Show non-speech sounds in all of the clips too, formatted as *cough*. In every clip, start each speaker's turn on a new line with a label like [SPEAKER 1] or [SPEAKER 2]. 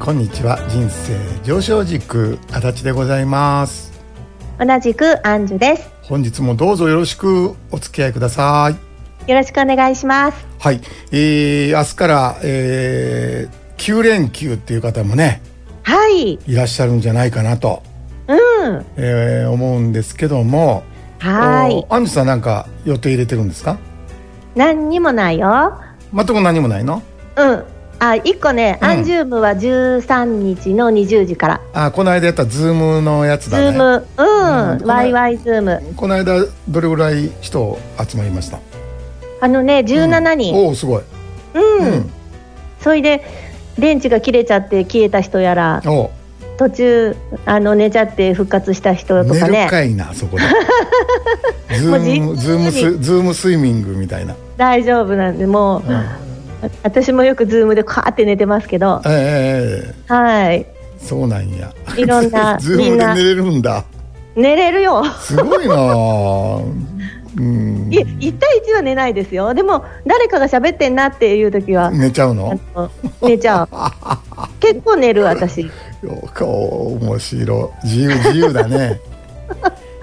[SPEAKER 1] こんにちは人生上昇軸足立でございます
[SPEAKER 2] 同じくアンジュです。
[SPEAKER 1] 本日もどうぞよろしくお付き合いください
[SPEAKER 2] よろしくお願いします。
[SPEAKER 1] はい、えー、明日から、えー、9連休っていう方もね
[SPEAKER 2] はい。
[SPEAKER 1] いらっしゃるんじゃないかなと、
[SPEAKER 2] うん。
[SPEAKER 1] えー、思うんですけども
[SPEAKER 2] はーい。
[SPEAKER 1] おアンジュさんなんか予定入れてるんですか
[SPEAKER 2] 何にもないよ。
[SPEAKER 1] 全く何もないの
[SPEAKER 2] うん。あ、一個ね、
[SPEAKER 1] うん
[SPEAKER 2] アンジュームは13日の20時から。
[SPEAKER 1] あこの間やったズームのやつ
[SPEAKER 2] ズ
[SPEAKER 1] だね
[SPEAKER 2] ーム、
[SPEAKER 1] うん
[SPEAKER 2] うん。
[SPEAKER 1] ごめ
[SPEAKER 2] ワ
[SPEAKER 1] ん
[SPEAKER 2] イワイズーム。
[SPEAKER 1] この間どれぐらい人集まりました
[SPEAKER 2] あのね、17人。
[SPEAKER 1] おおすごい、
[SPEAKER 2] うん。
[SPEAKER 1] うん、
[SPEAKER 2] それで、電池が切れちゃって消えた人やら、
[SPEAKER 1] お
[SPEAKER 2] 途中、あの、寝ちゃって復活した人と
[SPEAKER 1] 寝
[SPEAKER 2] か
[SPEAKER 1] る
[SPEAKER 2] ね。
[SPEAKER 1] かいなそ
[SPEAKER 2] *laughs*
[SPEAKER 1] こでズ
[SPEAKER 2] もうじっ
[SPEAKER 1] ー
[SPEAKER 2] く
[SPEAKER 1] ム
[SPEAKER 2] り
[SPEAKER 1] ズームスズームスイミングみたいな、
[SPEAKER 2] 大丈夫なんで、もう
[SPEAKER 1] うん、
[SPEAKER 2] 私もよくズームでカーって寝てますけど、
[SPEAKER 1] ええ
[SPEAKER 2] はい。
[SPEAKER 1] そうなんや
[SPEAKER 2] いろんな
[SPEAKER 1] *laughs* ズー
[SPEAKER 2] み
[SPEAKER 1] ム
[SPEAKER 2] ん
[SPEAKER 1] で
[SPEAKER 2] な
[SPEAKER 1] 寝れるんだ
[SPEAKER 2] 寝れるよ。
[SPEAKER 1] すごいなあうん
[SPEAKER 2] い1対1は寝ないですよでも誰かが喋ってんなっていう時は、
[SPEAKER 1] 寝ちゃうの
[SPEAKER 2] あの寝ちゃう結構寝る私
[SPEAKER 1] よか面白い自由自由だ
[SPEAKER 2] *laughs*
[SPEAKER 1] ね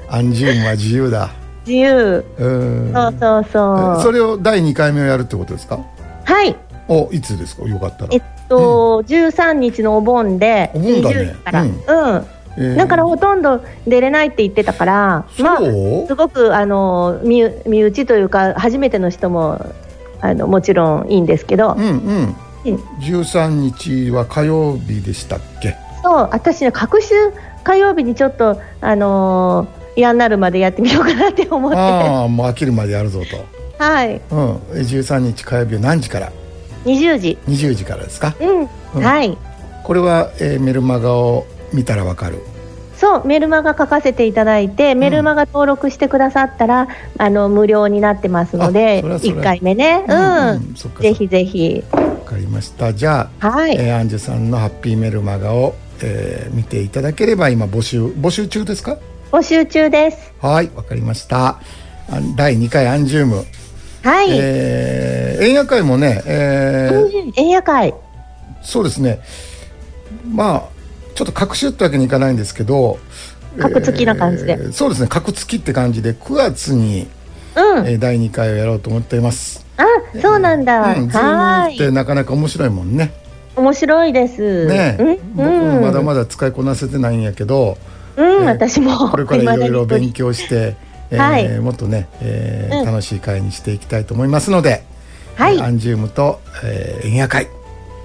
[SPEAKER 1] アンジュームは自由だ
[SPEAKER 2] 自由
[SPEAKER 1] うん
[SPEAKER 2] そうそうそう
[SPEAKER 1] それを第2回目をやるってことですか
[SPEAKER 2] はい
[SPEAKER 1] おいつですかよかったら
[SPEAKER 2] えっと、13日のお盆で
[SPEAKER 1] お盆だね
[SPEAKER 2] 20から、
[SPEAKER 1] うん
[SPEAKER 2] うん
[SPEAKER 1] えー
[SPEAKER 2] だからほとんど出れないって言ってたから、まあ
[SPEAKER 1] そう
[SPEAKER 2] すごくあの身身内というか初めての人もあのもちろんいいんですけど、
[SPEAKER 1] うんうん
[SPEAKER 2] うん
[SPEAKER 1] 13日は火曜日でしたっけ
[SPEAKER 2] そう私ね隔週火曜日にちょっとあのー嫌になるまでやってみようかなって思って
[SPEAKER 1] ああもう飽きるまでやるぞ
[SPEAKER 2] はい
[SPEAKER 1] と、うん、え13日火曜日は何時から
[SPEAKER 2] 20時
[SPEAKER 1] 20時からですか
[SPEAKER 2] うん、
[SPEAKER 1] うん
[SPEAKER 2] はい
[SPEAKER 1] これは、えーメルマガを見たらわかる
[SPEAKER 2] そうメルマガ書かせていただいてメルマガ登録してくださったら、あの無料になってますの
[SPEAKER 1] あ
[SPEAKER 2] で
[SPEAKER 1] それはそれ
[SPEAKER 2] 1回目ねうん、
[SPEAKER 1] そっか
[SPEAKER 2] ぜひぜひ
[SPEAKER 1] そっかわかりましたじゃあ、
[SPEAKER 2] はい、
[SPEAKER 1] えーアンジュさんのハッピーメルマガを、えー見ていただければ今募集募集中ですか
[SPEAKER 2] 募集中です
[SPEAKER 1] はいわかりましたあ第2回アンジューム、
[SPEAKER 2] はい、
[SPEAKER 1] えー、演夜会もね、えー
[SPEAKER 2] うん映画会
[SPEAKER 1] そうですねまあちょっと隔週ってわけにいかないんですけど
[SPEAKER 2] 隔月な感じで
[SPEAKER 1] ーそうですね隔月って感じで9月に、
[SPEAKER 2] うん、
[SPEAKER 1] えー第2回をやろうと思っています、
[SPEAKER 2] あそうなんだ、
[SPEAKER 1] うん、ズー
[SPEAKER 2] は
[SPEAKER 1] ムって
[SPEAKER 2] い
[SPEAKER 1] なかなか面白いもんね
[SPEAKER 2] 面白いです
[SPEAKER 1] ねえ、
[SPEAKER 2] う
[SPEAKER 1] 僕
[SPEAKER 2] ん、う
[SPEAKER 1] も
[SPEAKER 2] ん、
[SPEAKER 1] まだまだ使いこなせてないんやけど、
[SPEAKER 2] うん、
[SPEAKER 1] えー
[SPEAKER 2] 私も
[SPEAKER 1] これからいろいろ勉
[SPEAKER 2] 強
[SPEAKER 1] 強して、えー
[SPEAKER 2] はい
[SPEAKER 1] もっとね、えー
[SPEAKER 2] うん
[SPEAKER 1] 楽しい会にしていきたいと思いますので、
[SPEAKER 2] はい、
[SPEAKER 1] アンジウムと、えー、円夜会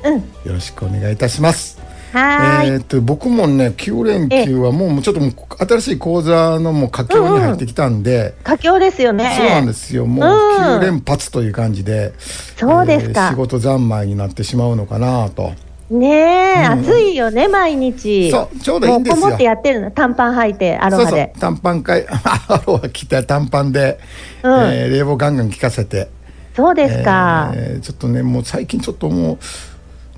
[SPEAKER 2] うん、
[SPEAKER 1] よろしくお願いいたします。
[SPEAKER 2] はーい、
[SPEAKER 1] えーっと僕もね9連休はもうもうちょっともう新しい講座のもう佳境に入ってきたんで、
[SPEAKER 2] 佳境ですよね。
[SPEAKER 1] そうなんですよもう
[SPEAKER 2] うん
[SPEAKER 1] 9連発という感じで、
[SPEAKER 2] そうです
[SPEAKER 1] えー
[SPEAKER 2] か
[SPEAKER 1] 仕事三昧になってしまうのかなと
[SPEAKER 2] ねえ、
[SPEAKER 1] うん
[SPEAKER 2] 暑いよね、毎日。
[SPEAKER 1] そうちょうどいいんですよ
[SPEAKER 2] もうこもってやってるの、短パン履いて、アロ
[SPEAKER 1] そう
[SPEAKER 2] ハ
[SPEAKER 1] そう
[SPEAKER 2] で。
[SPEAKER 1] 短パン会 *laughs* アロハ着た短パンで、
[SPEAKER 2] うん
[SPEAKER 1] えー冷房ガンガン効かせて
[SPEAKER 2] そうですか。
[SPEAKER 1] えーちょっとねもう最近ちょっとも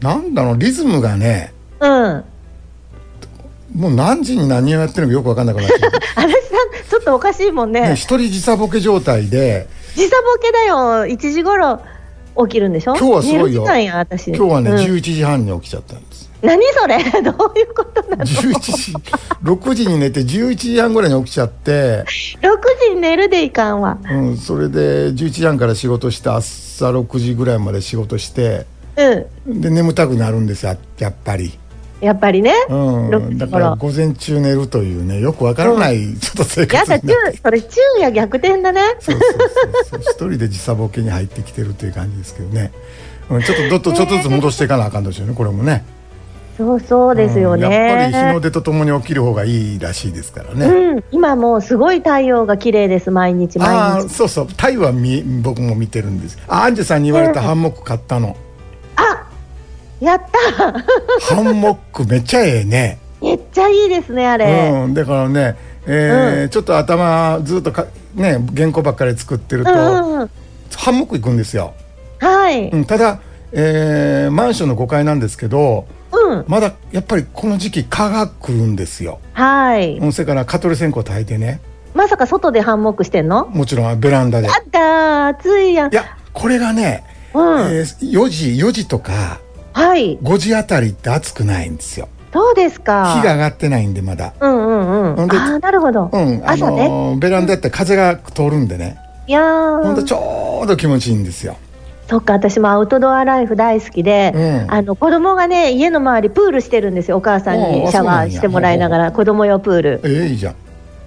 [SPEAKER 1] うなんだろうリズムがね
[SPEAKER 2] うん。
[SPEAKER 1] もう何時に何をやってるのかよく分かんなくなってき
[SPEAKER 2] *laughs*
[SPEAKER 1] て
[SPEAKER 2] あれさん、ちょっとおかしいもんね。
[SPEAKER 1] ね一人時差ボケ状態で。
[SPEAKER 2] 時差ボケだよ、1時頃起きるんでしょ
[SPEAKER 1] 今日はすごいよ
[SPEAKER 2] 寝る時間や、私。
[SPEAKER 1] 今日はね、
[SPEAKER 2] *laughs* うん
[SPEAKER 1] 11時半に起きちゃったんです
[SPEAKER 2] 何それ *laughs* どういうことなの ?6
[SPEAKER 1] 11時6時に寝て11時半ぐらいに起きちゃって、
[SPEAKER 2] 時に寝るでいかんわ。
[SPEAKER 1] うん、それで11時半から仕事して朝6時ぐらいまで仕事して
[SPEAKER 2] うん。
[SPEAKER 1] で眠たくなるんですよやっぱり、
[SPEAKER 2] やっぱりね。
[SPEAKER 1] う
[SPEAKER 2] 6
[SPEAKER 1] ん、だ
[SPEAKER 2] 時
[SPEAKER 1] から
[SPEAKER 2] 頃。
[SPEAKER 1] 午前中寝るというねよくわからないちょっと生
[SPEAKER 2] や
[SPEAKER 1] 活
[SPEAKER 2] だ、
[SPEAKER 1] になって
[SPEAKER 2] 昼それ、昼夜逆転だね。
[SPEAKER 1] そうそうそうそう一人で時差ボケに入ってきてるという感じですけどね、うん、ちょっとどっとちょっとずつ戻していかなあかんですよねこれもね
[SPEAKER 2] そうそうですよね。
[SPEAKER 1] うんやっぱり日の出とともに起きる方がいいらしいですからね、
[SPEAKER 2] うん、今もうすごい太陽が綺麗です毎日
[SPEAKER 1] あ
[SPEAKER 2] 毎
[SPEAKER 1] ー
[SPEAKER 2] 日
[SPEAKER 1] そうそうタイは見僕も見てるんですあアンジュさんに言われたハンモック買った
[SPEAKER 2] *laughs*
[SPEAKER 1] の
[SPEAKER 2] やったー *laughs*
[SPEAKER 1] ハンモックめっちゃええね、
[SPEAKER 2] めっちゃいいですねあれ、
[SPEAKER 1] うん、だからね、えーちょっと頭ずっとかね原稿ばっかり作ってる
[SPEAKER 2] う
[SPEAKER 1] と、
[SPEAKER 2] ん、うんうん
[SPEAKER 1] ハンモック行くんですよ、
[SPEAKER 2] はい、
[SPEAKER 1] うん、ただ、えーマンションの5階なんですけど
[SPEAKER 2] うん、
[SPEAKER 1] まだやっぱりこの時期蚊が来るんですよ、
[SPEAKER 2] はい
[SPEAKER 1] うん、それから蚊取り線香炊いてね
[SPEAKER 2] まさか外でハンモックしてんの
[SPEAKER 1] もちろんベランダで
[SPEAKER 2] やったー暑いやん
[SPEAKER 1] いやこれがね、
[SPEAKER 2] うん、
[SPEAKER 1] えー4時4時とか
[SPEAKER 2] はい。
[SPEAKER 1] 5時あたりって暑くないんですよ
[SPEAKER 2] そうですか。
[SPEAKER 1] 日が上がってないんでまだ
[SPEAKER 2] うんうんう
[SPEAKER 1] ほん
[SPEAKER 2] ん。
[SPEAKER 1] で
[SPEAKER 2] ああ、なるほど。
[SPEAKER 1] うんあ
[SPEAKER 2] 朝ね。
[SPEAKER 1] のーベランダやって風が通るんでね
[SPEAKER 2] いやー
[SPEAKER 1] ほんとちょうど気持ちいいんですよ
[SPEAKER 2] そっか、私もアウトドアライフ大好きで、
[SPEAKER 1] うん
[SPEAKER 2] あの子供がね、家の周りプールしてるんですよ。お母さん
[SPEAKER 1] おう
[SPEAKER 2] にシャワーしてもらいながら、子供用プール。
[SPEAKER 1] ええいいじゃん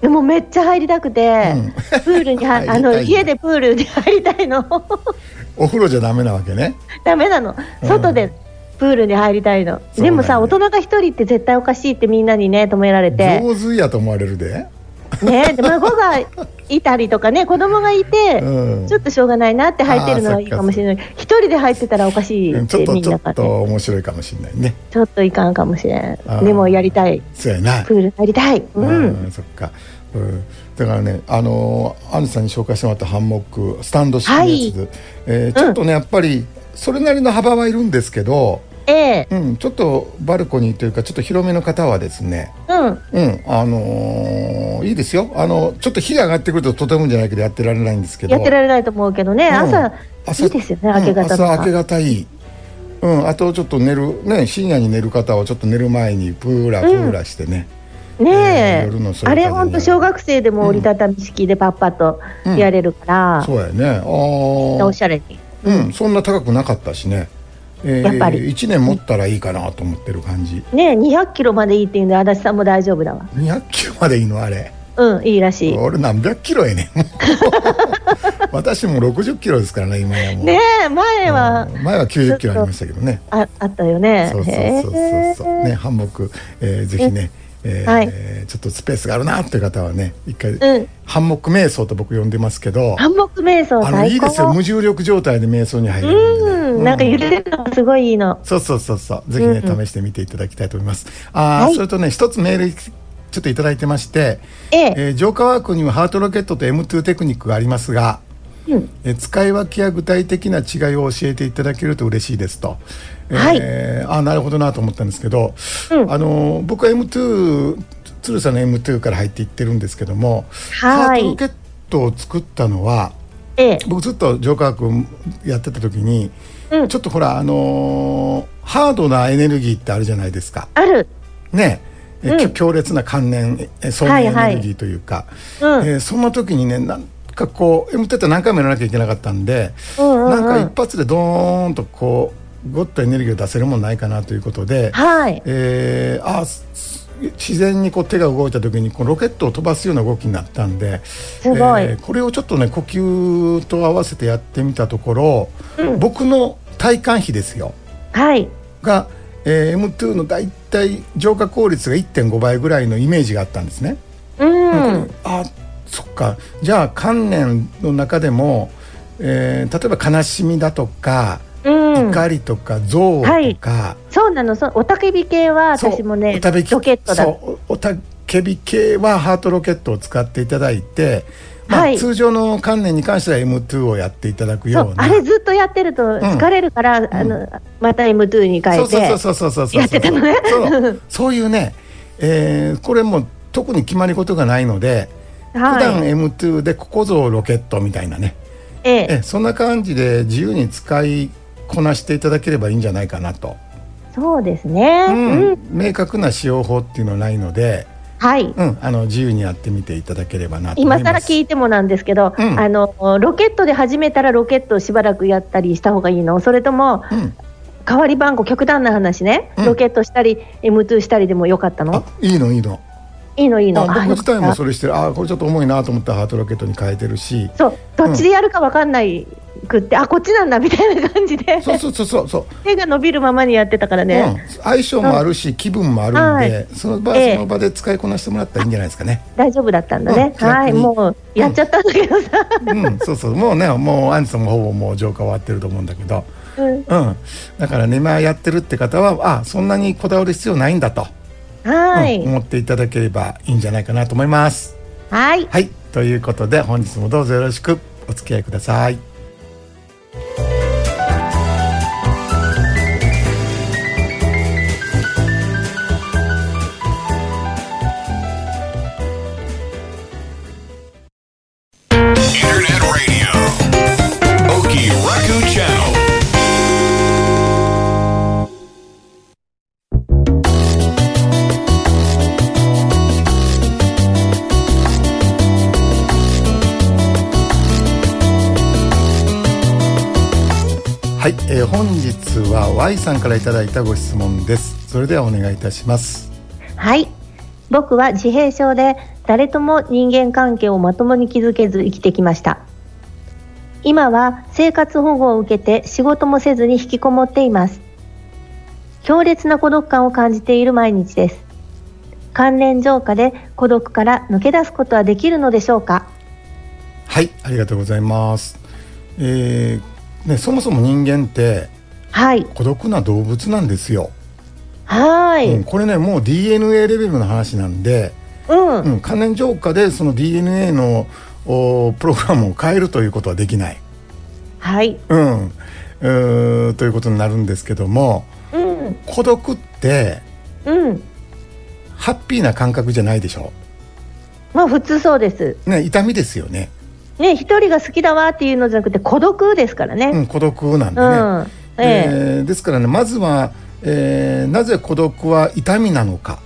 [SPEAKER 2] でもめっちゃ入りたくて、
[SPEAKER 1] うん
[SPEAKER 2] プールに
[SPEAKER 1] 入
[SPEAKER 2] は、
[SPEAKER 1] りたい
[SPEAKER 2] あ
[SPEAKER 1] んだ
[SPEAKER 2] の家でプールに入りたいの。 *laughs*
[SPEAKER 1] お風呂じゃダメなわけね
[SPEAKER 2] ダメなの。
[SPEAKER 1] うん
[SPEAKER 2] 外でプールに入りたいの。
[SPEAKER 1] よね
[SPEAKER 2] でもさ、大人が一人って絶対おかしいってみんなにね、止められて。
[SPEAKER 1] 上手やと思われるで
[SPEAKER 2] ね、で孫がいたり
[SPEAKER 1] *laughs*
[SPEAKER 2] とかね、子供がいて、
[SPEAKER 1] うん
[SPEAKER 2] ちょっとしょうがないなって入ってるのはいいかもしれない。一人で入ってたらおかしい
[SPEAKER 1] うん
[SPEAKER 2] っ
[SPEAKER 1] ちょ
[SPEAKER 2] て
[SPEAKER 1] っと
[SPEAKER 2] みん
[SPEAKER 1] ちょ
[SPEAKER 2] な
[SPEAKER 1] っ
[SPEAKER 2] がね。
[SPEAKER 1] と面白いかもしれないね
[SPEAKER 2] ちょっといかんかもしれん
[SPEAKER 1] あ。ー
[SPEAKER 2] でもやりたい。
[SPEAKER 1] そうやな
[SPEAKER 2] プール入りたい。うん。
[SPEAKER 1] そっか、うん、だからねあのーアンジュさんに紹介してもらったハンモックスタンド式のやつ、えーちょっとね、やっぱりそれなりの幅はいるんですけど、
[SPEAKER 2] ええ。
[SPEAKER 1] うん、ちょっとバルコニーというかちょっと広めの方はですね
[SPEAKER 2] うん。
[SPEAKER 1] うんあのーいいですよあのちょっと火が上がってくるととてもじゃないけどやってられないんですけど
[SPEAKER 2] やってられないと思うけどね、
[SPEAKER 1] うん
[SPEAKER 2] 朝、
[SPEAKER 1] 朝
[SPEAKER 2] いいですよね、
[SPEAKER 1] うん
[SPEAKER 2] 明け方と
[SPEAKER 1] 朝明け
[SPEAKER 2] か。
[SPEAKER 1] 方いいうんあとちょっと寝るね深夜に寝る方はちょっと寝る前にプーラプーラしてね、う
[SPEAKER 2] ね
[SPEAKER 1] ん
[SPEAKER 2] え
[SPEAKER 1] 夜の。そういう感じになる
[SPEAKER 2] あれ、ほんと小学生でも折りたたみ式でパッパとやれるから、
[SPEAKER 1] そうやねあー
[SPEAKER 2] おしゃれに。
[SPEAKER 1] うん、そんな高くなかったしね、え
[SPEAKER 2] やっぱり
[SPEAKER 1] 1年持ったらいいかなと思ってる感じ
[SPEAKER 2] ねえ、200キロまでいいって言うんで、足立さんも大丈夫だわ。
[SPEAKER 1] 200キロまでいいのあれ
[SPEAKER 2] うん、いいらしい。
[SPEAKER 1] 俺何百キロや
[SPEAKER 2] *laughs*
[SPEAKER 1] ねん私も60キロですからね今やもう
[SPEAKER 2] ねえ、前は、
[SPEAKER 1] うん前は90キロありましたけどね
[SPEAKER 2] ああったよね。
[SPEAKER 1] そうそうそうそうそう
[SPEAKER 2] へえ
[SPEAKER 1] ねハンモック、えーぜひね、えー
[SPEAKER 2] はい
[SPEAKER 1] ちょっとスペースがあるなという方はね一回、
[SPEAKER 2] うん
[SPEAKER 1] ハンモック瞑想と僕呼んでますけど
[SPEAKER 2] 暗黙瞑想
[SPEAKER 1] あのい
[SPEAKER 2] 最
[SPEAKER 1] いですよ
[SPEAKER 2] 高。
[SPEAKER 1] 無重力状態で瞑想に入れるんでね、
[SPEAKER 2] うん、なんか揺れてるのがすごいいいの。
[SPEAKER 1] そうそうそうそう。ぜひね、試してみていただきたいと思います。ああ、
[SPEAKER 2] はい
[SPEAKER 1] それとね、一つメール、ちょっといただいてまして、
[SPEAKER 2] ええ
[SPEAKER 1] ー浄化ワークにはハートロケットと M2 テクニックがありますが、
[SPEAKER 2] うん
[SPEAKER 1] えー使い分けや具体的な違いを教えていただけると嬉しいですと。
[SPEAKER 2] はい
[SPEAKER 1] えーあーなるほどなと思ったんですけど、
[SPEAKER 2] うん
[SPEAKER 1] あのー僕は M2 鶴さんの M2 から入っていってるんですけどもハ
[SPEAKER 2] は
[SPEAKER 1] ー
[SPEAKER 2] い
[SPEAKER 1] トロケットを作ったのは
[SPEAKER 2] ええ
[SPEAKER 1] 僕ずっと浄化学やってた時に、
[SPEAKER 2] うん
[SPEAKER 1] ちょっとほらあのーハードなエネルギーってあるじゃないですか
[SPEAKER 2] ある。
[SPEAKER 1] ねえ、え
[SPEAKER 2] うん
[SPEAKER 1] きょ強烈な関連えそう
[SPEAKER 2] はいいう
[SPEAKER 1] エ
[SPEAKER 2] はい
[SPEAKER 1] ネルギーというか、
[SPEAKER 2] うん
[SPEAKER 1] えーそんな時にねなんかこう MT って何回もやらなきゃいけなかったんで、
[SPEAKER 2] うんうんうん
[SPEAKER 1] なんか一発でドーンとこうゴッとエネルギーを出せるもんないかなということで、
[SPEAKER 2] はい。
[SPEAKER 1] えーあーす自然にこう手が動いた時にこうロケットを飛ばすような動きになったんです
[SPEAKER 2] ごい
[SPEAKER 1] これをちょっとね呼吸と合わせてやってみたところ、僕の体感比ですよ
[SPEAKER 2] はい。
[SPEAKER 1] が、えー M2 のだいたい浄化効率が1.5倍ぐらいのイメージがあったんですね。
[SPEAKER 2] うん。
[SPEAKER 1] あそっかじゃあ観念の中でも、えー例えば悲しみだとか、
[SPEAKER 2] うん。
[SPEAKER 1] 怒りとか憎悪とか。
[SPEAKER 2] そうなの。そうおたけび系は私もね、
[SPEAKER 1] おたべき
[SPEAKER 2] ロケットだ。
[SPEAKER 1] そうおおたけび系はハートロケットを使っていただいて、まあ
[SPEAKER 2] はい
[SPEAKER 1] 通常の観念に関しては M2 をやっていただく
[SPEAKER 2] そ
[SPEAKER 1] よ
[SPEAKER 2] う
[SPEAKER 1] うな
[SPEAKER 2] あれずっとやってると疲れるから、あのまた M2 に変え
[SPEAKER 1] そ
[SPEAKER 2] て
[SPEAKER 1] うそうそうそうそうそう
[SPEAKER 2] やってたのね
[SPEAKER 1] そうそういうね、えーこれも特に決まり事がないので、普段
[SPEAKER 2] はい、
[SPEAKER 1] M2 でここぞロケットみたいなね
[SPEAKER 2] ええ
[SPEAKER 1] えそんな感じで自由に使いこなしていただければいいんじゃないかなと、
[SPEAKER 2] そうですね、
[SPEAKER 1] う
[SPEAKER 2] うん
[SPEAKER 1] ん、明確な使用法っていうのはないので、
[SPEAKER 2] はい
[SPEAKER 1] うん、あの自由にやってみていただければなと思
[SPEAKER 2] 今
[SPEAKER 1] います。
[SPEAKER 2] 更聞いてもなんですけど、
[SPEAKER 1] うん
[SPEAKER 2] あのロケットで始めたらロケットをしばらくやったりした方がいいのそれとも、
[SPEAKER 1] うん
[SPEAKER 2] 代わり番号極端な話ね、
[SPEAKER 1] うん
[SPEAKER 2] ロケットしたり M2 したりでもよかった
[SPEAKER 1] あ
[SPEAKER 2] の
[SPEAKER 1] いいのいいの。
[SPEAKER 2] いいのいい
[SPEAKER 1] あ
[SPEAKER 2] の
[SPEAKER 1] 僕
[SPEAKER 2] あ
[SPEAKER 1] 自体
[SPEAKER 2] よか
[SPEAKER 1] も
[SPEAKER 2] った
[SPEAKER 1] それしてる。あこれちょっと重いなと思ったらハートロケットに変えてるし。
[SPEAKER 2] そうどっちでやるか分かんないくって、あこっちなんだみたいな感じで
[SPEAKER 1] そうそうそうそうそう。
[SPEAKER 2] 手が伸びるままにやってたから
[SPEAKER 1] う
[SPEAKER 2] ね、
[SPEAKER 1] ん、相性もあるし気分もあるんで、
[SPEAKER 2] は
[SPEAKER 1] その場、
[SPEAKER 2] ええ
[SPEAKER 1] その場で使いこなしてもらったらいいんじゃないですかね。
[SPEAKER 2] 大丈夫だったんだね、
[SPEAKER 1] うん
[SPEAKER 2] はい
[SPEAKER 1] 逆に
[SPEAKER 2] もうやっちゃったんだけどさ、
[SPEAKER 1] う
[SPEAKER 2] *laughs*
[SPEAKER 1] ん、そうそうもうねもうアンジュさんもほぼもう浄化終わってると思うんだけど、
[SPEAKER 2] うん
[SPEAKER 1] うん、だからね今やってるって方はあそんなにこだわる必要ないんだと、
[SPEAKER 2] はい、
[SPEAKER 1] うん思っていただければいいんじゃないかなと思います。
[SPEAKER 2] はい
[SPEAKER 1] はいということで本日もどうぞよろしくお付き合いください。
[SPEAKER 3] Internet radio. Oki Raku Channel.
[SPEAKER 1] はい、えー本日は Y さんからいただいたご質問ですそれではお願いいたします
[SPEAKER 2] はい。僕は自閉症で誰とも人間関係をまともに築けず生きてきました。今は生活保護を受けて仕事もせずに引きこもっています。強烈な孤独感を感じている毎日です。関連浄化で孤独から抜け出すことはできるのでしょうか
[SPEAKER 1] はいありがとうございますえーねそもそも人間って
[SPEAKER 2] はい。
[SPEAKER 1] 孤独な動物なんですよ、
[SPEAKER 2] はーい。
[SPEAKER 1] うん、これねもう DNA レベルの話なんで、
[SPEAKER 2] うん。
[SPEAKER 1] うん、関連浄化でその DNA のおプログラムを変えるということはできない、
[SPEAKER 2] はい。
[SPEAKER 1] うん、うーということになるんですけども
[SPEAKER 2] うん。
[SPEAKER 1] 孤独って
[SPEAKER 2] うん。
[SPEAKER 1] ハッピーな感覚じゃないでしょ
[SPEAKER 2] まあ普通そうです。
[SPEAKER 1] ね痛みですよね、
[SPEAKER 2] ね、一人が好きだわっていうのじゃなくて孤独ですから
[SPEAKER 1] う
[SPEAKER 2] ね。
[SPEAKER 1] ん、孤独なんで
[SPEAKER 2] う
[SPEAKER 1] ね、
[SPEAKER 2] ん。え
[SPEAKER 1] え
[SPEAKER 2] え。
[SPEAKER 1] ーですからねまずは、えーなぜ孤独は痛みなのか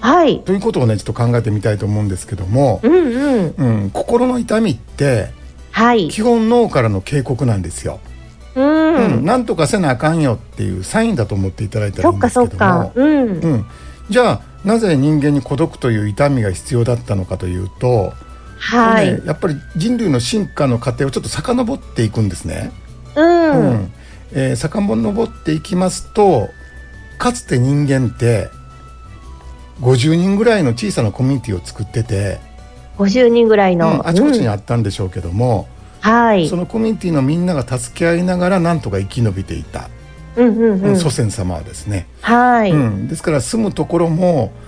[SPEAKER 2] はい。
[SPEAKER 1] ということをねちょっと考えてみたいと思うんですけども
[SPEAKER 2] う、んうん。
[SPEAKER 1] うん、心の痛みって
[SPEAKER 2] はい。
[SPEAKER 1] 基本脳からの警告なんですよ、
[SPEAKER 2] う。
[SPEAKER 1] うんん、なんとかせなあかんよっていうサインだと思っていただいたらい
[SPEAKER 2] そ
[SPEAKER 1] い
[SPEAKER 2] っ
[SPEAKER 1] んで
[SPEAKER 2] か
[SPEAKER 1] す
[SPEAKER 2] そっ
[SPEAKER 1] けど
[SPEAKER 2] か
[SPEAKER 1] も。、
[SPEAKER 2] うん。
[SPEAKER 1] うん、じゃあなぜ人間に孤独という痛みが必要だったのかというと、
[SPEAKER 2] は
[SPEAKER 1] これ
[SPEAKER 2] い
[SPEAKER 1] ね。やっぱり人類の進化の過程をちょっと遡っていくんですね。
[SPEAKER 2] う。
[SPEAKER 1] うんえー、遡っていきますとかつて人間って50人ぐらいの小さなコミュニティを作ってて、
[SPEAKER 2] 50人ぐらい
[SPEAKER 1] うん
[SPEAKER 2] の。
[SPEAKER 1] あちこちに
[SPEAKER 2] うん
[SPEAKER 1] あったんでしょうけども、
[SPEAKER 2] はい
[SPEAKER 1] そ。のコミュニティのみんなが助け合いながらなんとか生き延びていた、
[SPEAKER 2] うんうんうん。
[SPEAKER 1] 祖先様はですね、
[SPEAKER 2] はい。
[SPEAKER 1] うん、ですから住むところも、
[SPEAKER 2] ええ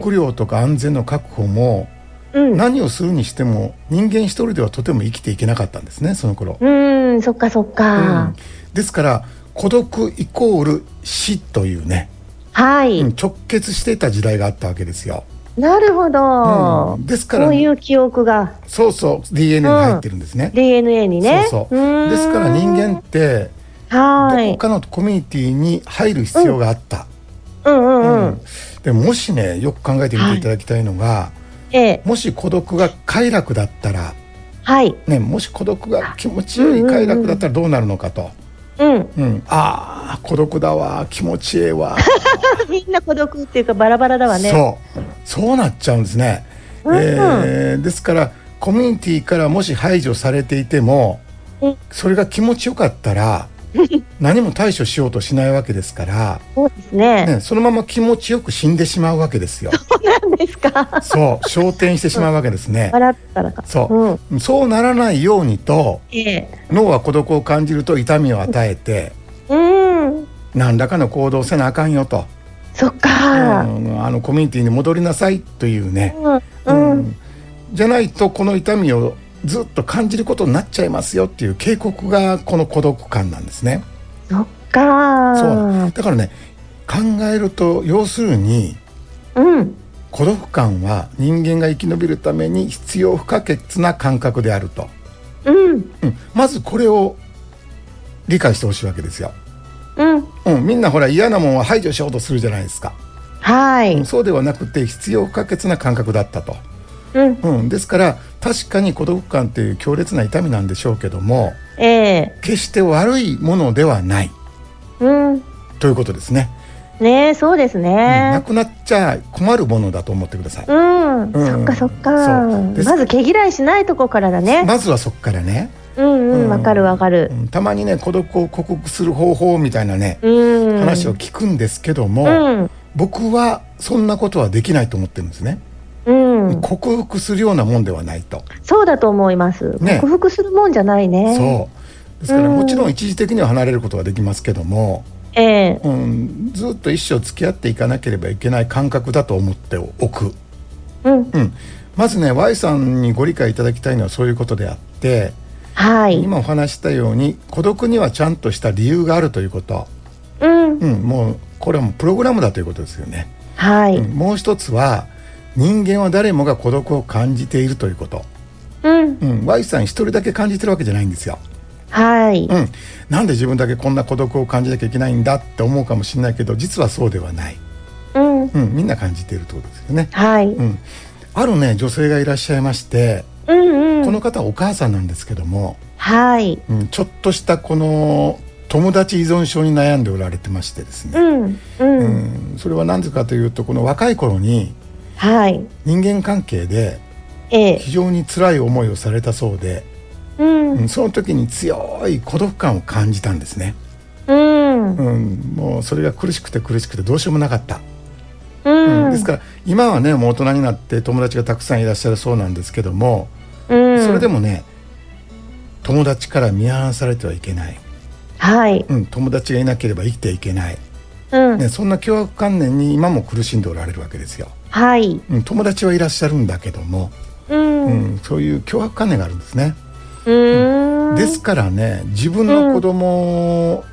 [SPEAKER 1] 食料とか安全の確保も
[SPEAKER 2] うん。
[SPEAKER 1] 何をするにしても人間一人ではとても生きていけなかったんですねその頃、
[SPEAKER 2] うん、そっかそっ
[SPEAKER 1] うん
[SPEAKER 2] か。
[SPEAKER 1] ですから孤独イコール死というね、
[SPEAKER 2] はい
[SPEAKER 1] うん。直結していた時代があったわけですよ、
[SPEAKER 2] なるほ
[SPEAKER 1] う
[SPEAKER 2] ど
[SPEAKER 1] ん、。ですから
[SPEAKER 2] そういう記憶が
[SPEAKER 1] そうそう DNA に入ってるんですね、
[SPEAKER 2] DNA にね。
[SPEAKER 1] そうそう
[SPEAKER 2] ーん
[SPEAKER 1] ですから人間ってど
[SPEAKER 2] は
[SPEAKER 1] こ
[SPEAKER 2] い。
[SPEAKER 1] かのコミュニティに入る必要があった、
[SPEAKER 2] うんう
[SPEAKER 1] うん
[SPEAKER 2] うん。
[SPEAKER 1] でもしねよく考えてみていただきたいのが、
[SPEAKER 2] ええ。
[SPEAKER 1] もし孤独が快楽だったら、
[SPEAKER 2] はい。
[SPEAKER 1] ね、もし孤独が気持ちよい快楽だったらどうなるのかと、
[SPEAKER 2] うん。 *laughs*
[SPEAKER 1] うんああ孤独だわ気持ちええわ、
[SPEAKER 2] みんな孤独っていうかバラバラだわね。
[SPEAKER 1] そうそうなっちゃうんですね、
[SPEAKER 2] うんうん
[SPEAKER 1] えーですからコミュニティからもし排除されていても
[SPEAKER 2] うん
[SPEAKER 1] それが気持ちよかった
[SPEAKER 2] *laughs*
[SPEAKER 1] ら何も対処しようとしないわけですか
[SPEAKER 2] そうです
[SPEAKER 1] ら、
[SPEAKER 2] ね。
[SPEAKER 1] ね、そのまま気持ちよく死んでしまうわけ *laughs* ですよ
[SPEAKER 2] 何ですか。
[SPEAKER 1] そう昇天してしまうわけですね、
[SPEAKER 2] 笑ったらか。。
[SPEAKER 1] そううそうならないようにと
[SPEAKER 2] ん。ええ。
[SPEAKER 1] 脳は孤独を感じると痛みを与えて
[SPEAKER 2] うん。
[SPEAKER 1] 何らかの行動をせなあかんよと、
[SPEAKER 2] そっか。
[SPEAKER 1] うんあのコミュニティに戻りなさいというね、
[SPEAKER 2] うん。
[SPEAKER 1] う
[SPEAKER 2] うん。
[SPEAKER 1] ん、じゃないとこの痛みをずっと感じることになっちゃいますよっていう警告がこの孤独感なんですね。
[SPEAKER 2] そっか。
[SPEAKER 1] そうなんだからね考えると要するに
[SPEAKER 2] うん。
[SPEAKER 1] 孤独感は人間が生き延びるために必要不可欠な感覚であると、
[SPEAKER 2] うん。
[SPEAKER 1] うん、まずこれを理解してほしいわけですよ。
[SPEAKER 2] うん。
[SPEAKER 1] うん、みんなほら嫌なもんは排除しようとするじゃないですか、
[SPEAKER 2] は
[SPEAKER 1] うん
[SPEAKER 2] い。
[SPEAKER 1] そうではなくて必要不可欠な感覚だったと、
[SPEAKER 2] うん。
[SPEAKER 1] うん、ですから確かに孤独感っていう強烈な痛みなんでしょうけども、
[SPEAKER 2] ええ。
[SPEAKER 1] 決して悪いものではない
[SPEAKER 2] うん。
[SPEAKER 1] ということですね、
[SPEAKER 2] ねえ、そうです
[SPEAKER 1] うんな
[SPEAKER 2] ね。
[SPEAKER 1] くなっちゃ困るものだと思ってください、
[SPEAKER 2] うん。
[SPEAKER 1] うん
[SPEAKER 2] そっかそっか。
[SPEAKER 1] そうです
[SPEAKER 2] まず毛嫌いしないとこからだね。
[SPEAKER 1] まずはそこからね、
[SPEAKER 2] うんう
[SPEAKER 1] うん
[SPEAKER 2] ん。わかるわかる
[SPEAKER 1] う。んたまにね孤独を克服する方法みたいなね、
[SPEAKER 2] うん。
[SPEAKER 1] 話を。聞くんですけども、
[SPEAKER 2] うん。
[SPEAKER 1] 僕はそんなことはできないと思ってるんですね、
[SPEAKER 2] うん。
[SPEAKER 1] 克服するようなもんではないと、
[SPEAKER 2] そうだと思います。
[SPEAKER 1] ね
[SPEAKER 2] 克服するもんじゃないね。
[SPEAKER 1] そうですから、
[SPEAKER 2] うん
[SPEAKER 1] もちろん一時的には離れることはできますけども、
[SPEAKER 2] ええ。
[SPEAKER 1] うん、ずっと一生付き合っていかなければいけない感覚だと思っておく、
[SPEAKER 2] うん。
[SPEAKER 1] うん、まずね Y さんにご理解いただきたいのはそういうことであって
[SPEAKER 2] はい。
[SPEAKER 1] 今お話ししたように孤独にはちゃんとした理由があるということ、
[SPEAKER 2] うん。
[SPEAKER 1] うん、もうこれはもうプログラムだということですよね、
[SPEAKER 2] は
[SPEAKER 1] う
[SPEAKER 2] い
[SPEAKER 1] ん。もう一つは人間は誰もが孤独を感じているということ、
[SPEAKER 2] うん。
[SPEAKER 1] うん、Y さん一人だけ感じてるわけじゃないんですよ、
[SPEAKER 2] はい。
[SPEAKER 1] うん、なんで自分だけこんな孤独を感じなきゃいけないんだって思うかもしれないけど実はそうではない、
[SPEAKER 2] うん。
[SPEAKER 1] うん、みんな感じているってことですよね、
[SPEAKER 2] はい。
[SPEAKER 1] うん、あるね女性がいらっしゃいまして
[SPEAKER 2] うんう
[SPEAKER 1] こ
[SPEAKER 2] ん。
[SPEAKER 1] の方はお母さんなんですけども、
[SPEAKER 2] はい。
[SPEAKER 1] うん、ちょっとしたこの友達依存症に悩んでおられてましてですね、
[SPEAKER 2] うんうん、
[SPEAKER 1] うんそれは何故かというとこの若い頃に
[SPEAKER 2] はい
[SPEAKER 1] 人間関係で
[SPEAKER 2] ええ
[SPEAKER 1] 非常に辛い思いをされたそうで、
[SPEAKER 2] うん
[SPEAKER 1] うんその時に強い孤独感を感じたんですね、
[SPEAKER 2] うん
[SPEAKER 1] うん、もうそれが苦しくて苦しくてどうしようもなかった、
[SPEAKER 2] う
[SPEAKER 1] うん
[SPEAKER 2] ん
[SPEAKER 1] ですから今はねもう大人になって友達がたくさんいらっしゃるそうなんですけども、
[SPEAKER 2] うん
[SPEAKER 1] それでもね友達から見放されてはいけない、
[SPEAKER 2] はい
[SPEAKER 1] うん、友達がいなければ生きていけない、
[SPEAKER 2] うん
[SPEAKER 1] ね、そんな凶悪観念に今も苦しんでおられるわけですよ、
[SPEAKER 2] はい
[SPEAKER 1] うん、友達はいらっしゃるんだけども、
[SPEAKER 2] う
[SPEAKER 1] うんん、そういう凶悪観念があるんですね、
[SPEAKER 2] うん
[SPEAKER 1] ですからね自分の子供